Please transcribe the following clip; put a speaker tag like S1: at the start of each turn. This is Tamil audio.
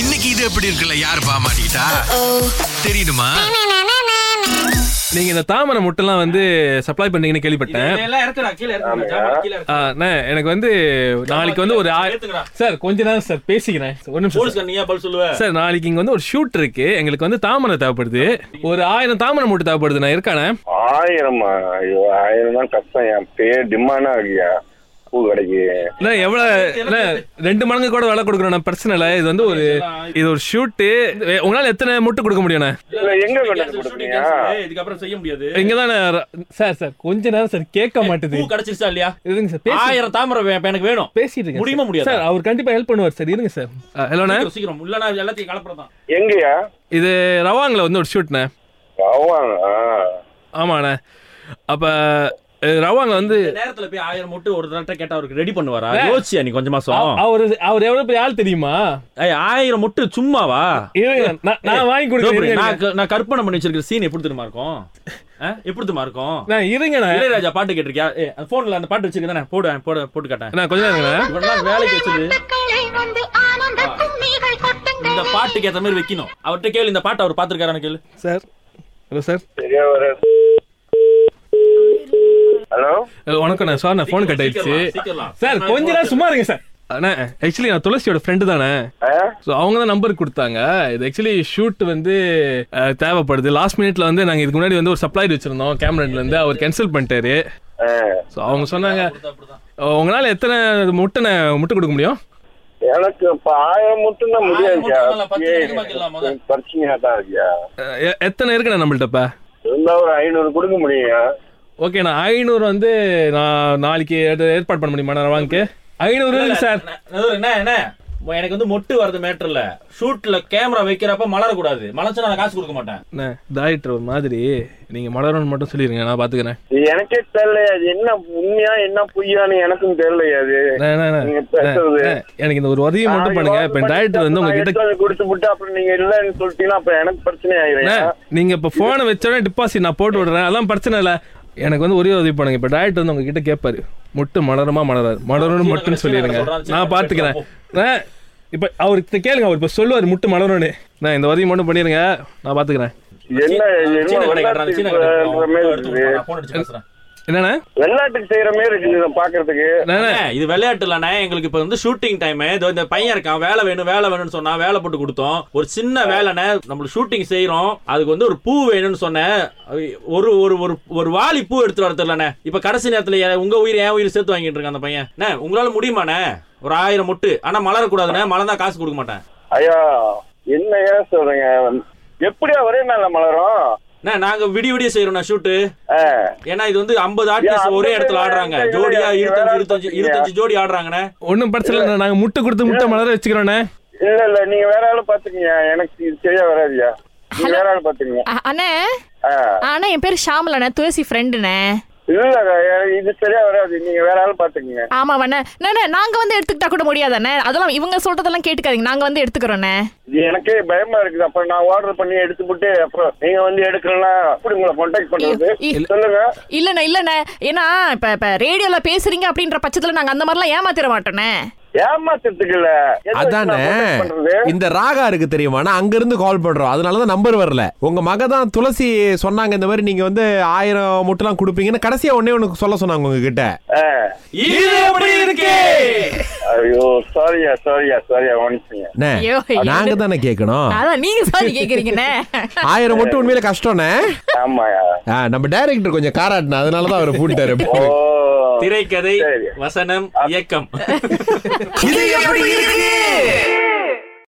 S1: இன்னைக்கு இது எப்படி இருக்குல்ல யார் பாமாட்டா தெரியுமா
S2: நீங்க இந்த தாமரை முட்டைலாம் வந்து சப்ளை பண்றீங்கன்னு கேள்விப்பட்டேன்
S3: எல்லாம் இறக்குடா, கீழே இறக்குடா, ஜாமான் கீழே இறக்கு.
S2: ஆ, அண்ணே, எனக்கு வந்து நாளைக்கு வந்து ஒரு ஆய-
S3: ஏத்துக்கடா.
S2: சார் கொஞ்ச நேரம் சார் பேசிக்கிறேன் ஒரு நிமிஷம் சார்.
S3: போலீஸ்காரன் நீயா பதில் சொல்லுவ?
S2: சார் நாளைக்கு இங்க வந்து ஒரு ஷூட் இருக்கு எங்களுக்கு வந்து தாமரை தேவைப்படுது ஒரு ஆயிரம் தாமரை மூட்டை தேவைப்படுது நான் இருக்கானே
S4: ஆயிரமா ஐயோ ஆயிரம் தான் கஷ்டம் என் பேர் டிமானா இருக்கியா பூ கடைக்கு
S2: இல்ல எவ்வளவு இல்ல ரெண்டு மடங்கு கூட விலை கொடுக்குறோம் நான் பிரச்சனை இல்லை இது வந்து ஒரு இது ஒரு ஷூட்டு உங்களால எத்தனை மூட்டை கொடுக்க முடியும்ண்ணே
S4: இல்ல எங்க கொண்டு வந்து
S3: கேன்சல், ஷூட்டிங்
S4: கொடுப்பீங்க
S3: கேன்சல். ஏய், இதுக்கப்புறம் செய்ய முடியாது
S2: இங்கதானே ர- சார் சார் கொஞ்ச நேரம் சார் கேட்க மாட்டுது
S3: பூ கிடைச்சிருச்சா இல்லையா
S2: இருங்க சார் பேசி
S3: ஆயிரம் தாமரை வே- இப்ப எனக்கு வேணும்
S2: பேசிட்டு இருக்கேன்
S3: முடியுமா
S2: சார்.
S3: முடியாதா?
S2: சார் அவர் கண்டிப்பா ஹெல்ப் பண்ணுவார் சார் இருங்க சார் ஹலோண்ணே
S3: சீக்கிரம், சீக்கிரம் இல்லனா இது எல்லாத்தையும் கலப்புறதான்
S4: எங்கயா
S2: இது ரவாங்கில் வந்து ஒரு ஷூட்ண்ணே
S4: ஆவாங்க
S2: ஆமாண்ணே அப்ப அஹ், ரவாங்க வந்து
S3: இந்த நேரத்துல போய் ஆயிரம் மூட்டு ஒரு தடவை கேட்டா அவருக்கு ரெடி பண்ணுவாரா யோசிச்சியா நீ கொஞ்சமா சோ
S2: அவ- அவரு அவர் எவ்வளவு பெரிய ஆள் தெரியுமா
S3: ஏய் ஆயிரம் முட்டு சும்மாவா
S2: இருங்க நான் நான் வாங்கி
S3: தோப்புரி,
S2: கொடுக்குறேன்
S3: நான்
S2: இருங்க.
S3: க- நான் கற்பனை பண்ணி வச்சிருக்கிற சீன் எப்படி தெரியுமா இருக்கும் ஆ? எப்படி தெரியுமா இருக்கும்
S2: நான் இருங்கண்ணே
S3: இளையராஜா பாட்டு கேட்டிருக்கியா ஏ போன்ல அந்த பாட்டு வச்சிருக்கேன் போடு போடு போட்டு காட்டேன்
S2: நான் கொஞ்ச நேரம்
S3: இவன்லாம் வேலைக்கு வச்சது இந்த
S5: இந்த பாட்டு
S3: பாட்டுக்கு ஏத்த மாதிரி வைக்கணும் அவர்கிட்ட கேளு இந்த பாட்டு அவர் பாத்துருக்காரு கேளு
S2: சார் ஹலோ சார்
S4: சரியா வர ஹலோ
S2: வணக்கண்ணே சார் நான் ஃபோன் கட் ஆயிடுச்சு
S3: சீக்கிரம்
S2: சார் கொஞ்ச நேரம் சும்மா இருங்க சார் அண்ணே ஆக்சுவலி நான் துளசியோட ஃப்ரெண்டு தானே ஸோ அவங்க தான் நம்பர் கொடுத்தாங்க இது ஆக்சுவலி ஷூட் வந்து அஹ், தேவைப்படுது லாஸ்ட் மினிட்ல வந்து நாங்கள் இதுக்கு முன்னாடி வந்து ஒரு சப்ளைட் வச்சிருந்தோம் கேமரன்லேருந்து அவர் கேன்சல் பண்ணிட்டாரு ஸோ அவங்க சொன்னாங்க உங்களால் எத்தனை முட்டை முட்டை கொடுக்க முடியும்
S4: எனக்கு இப்ப ஆயிரம் மட்டும் தான் முடியாதுயா
S3: ஆயிரம் மட்டும் இல்ல, பத்து அதிகமா கேட்கலாம் முதல்ல.
S4: பிரச்சனையா தான் இருக்கியா
S2: அஹ், எ- எத்தனை இருக்குண்ணே நம்மள்ட்ட இப்போ
S4: இருந்தா ஒரு ஐநூறு கொடுக்க முடியுமா
S2: ஓகேண்ணா ஐநூறு வந்து நான் நாளைக்கு ஏற்ற- ஏற்பாடு பண்ண முடியுமா நான் வாங்கிக்கு ஐநூறு இருக்கு சார்
S3: நடுவுல என்ன என்ன உன் எனக்கு வந்து மொட்டு வரது மேட்டர் இல்ல ஷூட்ல கேமரா வைக்கிறப்ப மலரக்கூடாது மலர்ச்சா நான் காசு கொடுக்க மாட்டேன்
S2: அண்ணே, டாக்டர் ஒரு மாதிரி நீங்க மலரணும் மட்டும் சொல்லிடுங்க நான் பாத்துக்கிறேன்
S4: இது எனக்கே தெரியல அது என்ன உண்மையா என்ன பொய்யான்னு எனக்கும் தெரியலையா அது
S2: அண்ணே, அண்ணே, அண்ணே,
S4: நீங்க பேசுறது
S2: அண்ணே, எனக்கு இந்த ஒரு உதவி மட்டும் பண்ணுங்க இப்ப டாக்டர் வந்து உங்ககிட்ட
S4: குடுத்து விட்டு அப்புறம் நீங்க இல்லன்னு சொல்லிட்டீங்கன்னா அப்புறம் எனக்கு பிரச்சனை
S2: அண்ணே,
S4: ஆயிரும்
S2: நீங்க இப்ப போனை வச்சோடனே டிபாசிட் நான் போட்டு விடுறேன் அதெல்லாம் பிரச்சனை இல்ல எனக்கு வந்து ஒரே உதவி பண்ணுங்க இப்ப டாக்டர் வந்து உங்ககிட்ட கேட்பாரு முட்டு மலருமா மலராது மலரணும் மட்டும் சொல்லிடுங்க நான் பாத்துக்கிறேன் அண்ணே, இப்ப அவருக்கு கேளுங்க அவர் இப்ப சொல்லுவாரு முட்டு மலரணும்னு நான் இந்த உதவி மட்டும் பண்ணிருங்க நான் பாத்துக்கிறேன்
S4: என்ன
S3: சீன
S4: என்ன
S3: கடை கட்டுறாங்க, சீன
S4: வெள்ளாட்டுக்கு
S3: கடை
S4: செய்ற
S3: கட்டுறாங்க.
S4: மாதிரி இருக்குது
S3: நான் phone அடிச்சு பேசுறேன்.
S2: என்னண்ணே
S4: வெள்ளாட்டுக்கு செய்யற மாதிரி இருக்குது இதை பாக்குறதுக்கு
S2: அண்ணே,
S3: அண்ணே, இது விளையாட்டு இல்லண்ணே எங்களுக்கு இப்ப வந்து ஷூட்டிங் டைம் இந்த பையன் இருக்கான் வேலை வேணும் வேலை வேணும்னு சொன்னா வேலை போட்டு கொடுத்தோம் ஒரு சின்ன வேலைண்ணே நம்மளுக்கு ஷூட்டிங் செய்யறோம் அதுக்கு வந்து ஒரு பூ வேணும்னு சொன்னேன் ஒரு ஒரு ஒரு ஒரு வாளி பூ எடுத்து வரதுலண்ணே இப்ப கடைசி நேரத்துல ஏ- உங்க உயிர் என் உயிர் சேர்த்து வாங்கிட்டு இருக்கான் அந்த பையன் அண்ணே, உங்களால முடியுமாண்ணே ஒரு ஆயிரம் முட்டு ஆனா மலரக்கூடாதுண்ணே மலர்ந்தா காசு கொடுக்க மாட்டேன்
S4: ஐயா என்ன ஏன் சொல்றீங்க எப்படியா ஒரே நாள்ல மலரும்
S3: அண்ணே, நாங்க விடிய விடிய செய்யறோம் ஷூட்டு
S4: ஆ,
S3: ஏன்னா இது வந்து ஐம்பது
S4: ஏன்
S3: ஆர்டிஸ்ட் ஒரே
S4: ஐம்பது
S3: இடத்துல
S4: பேர்
S3: ஆடுறாங்க
S4: ஆடுறது
S3: ஜோடியா
S4: இல்லையா?
S3: இருபத்தஞ்சு
S4: வேற
S3: இருபத்தஞ்சு
S4: ஆள்
S3: இருபத்தஞ்சு ஜோடி ஆடுறாங்கண்ணே
S2: ஒன்றும் பிரச்சனை இல்லை நாங்கள் முட்டை கொடுத்து முட்டை மலர வச்சுக்கிறோண்ணே
S4: இல்ல இல்ல நீங்க வேற ஆளு பாத்துக்கீங்க எனக்கு இது சரியா வராதுயா நீங்க வேற ஆளு பாத்துக்கீங்க
S6: அ- அண்ணே
S4: ஆ,
S6: அண்ணா என் பேர் ஷாமலண்ணே துளசி ஃப்ரெண்டுண்ணே
S4: இல்ல எனக்கு இது சரியா வராது நீங்க வேற ஆளு பாத்துக்கீங்க
S6: ஆமாவாண்ணே அண்ணே நாங்க வந்து எடுத்துக்கிட்டா கூட முடியாதாண்ணே அதெல்லாம் இவங்க சொல்றதெல்லாம் கேட்டுக்காதீங்க நாங்க வந்து எடுத்துக்கிறோண்ணே
S4: இது எனக்கே பயமா இருக்குது அப்புறம் நான் ஆர்டர் பண்ணி எடுத்து போட்டு அப்புறம் நீங்க வந்து எடுக்கலாம் அப்படி உங்களை கான்டாக்ட் பண்றது
S6: இ- இ-
S4: சொல்லுங்க
S6: இல்லண்ணே இல்லண்ணே ஏன்னா இப்ப இப்ப ரேடியோல பேசுறீங்க அப்படின்ற பட்சத்துல நாங்க அந்த மாதிரிலாம் ஏமாத்திர மாட்டோண்ணே
S4: ஏமாத்துறதுக்கு இல்ல எதுக்கு
S7: அதானே
S4: நான் contact பண்றது
S7: இந்த ராகா இருக்கு தெரியுமா நான் அங்கிருந்து கால் பண்றோம் அதனாலதான் நம்பர் வரல உங்க மக தான் துளசி சொன்னாங்க இந்த மாதிரி நீங்க வந்து ஆயிரம் முட்டெல்லாம் கொடுப்பீங்கன்னு கடைசியா ஒன்னே ஒன்னு சொல்ல சொன்னாங்க உங்ககிட்ட
S4: ஆ.
S3: இது எப்படி இருக்கே
S4: ஐயோ சாரியா சாரியா சாரியா மன்னிச்சுங்க
S7: அண்ணே,
S6: ஐயோ, ஐயோ.
S7: நாங்க தானே கேட்கணும்
S6: அதான் நீங்க சாரி கேக்குறீங்கண்ணே
S7: ஆயிரம் மட்டும் உண்மையில கஷ்டம்னே
S4: ஆமாயா
S7: ஆ, நம்ம டைரக்டர் கொஞ்சம் காராட்டினா அதனாலதான் அவர் பூட்டாரு
S4: ஓ Oh,
S3: திரைக்கதை
S4: சரி.
S3: வசனம் இயக்கம்
S7: இது எப்படி இருக்கு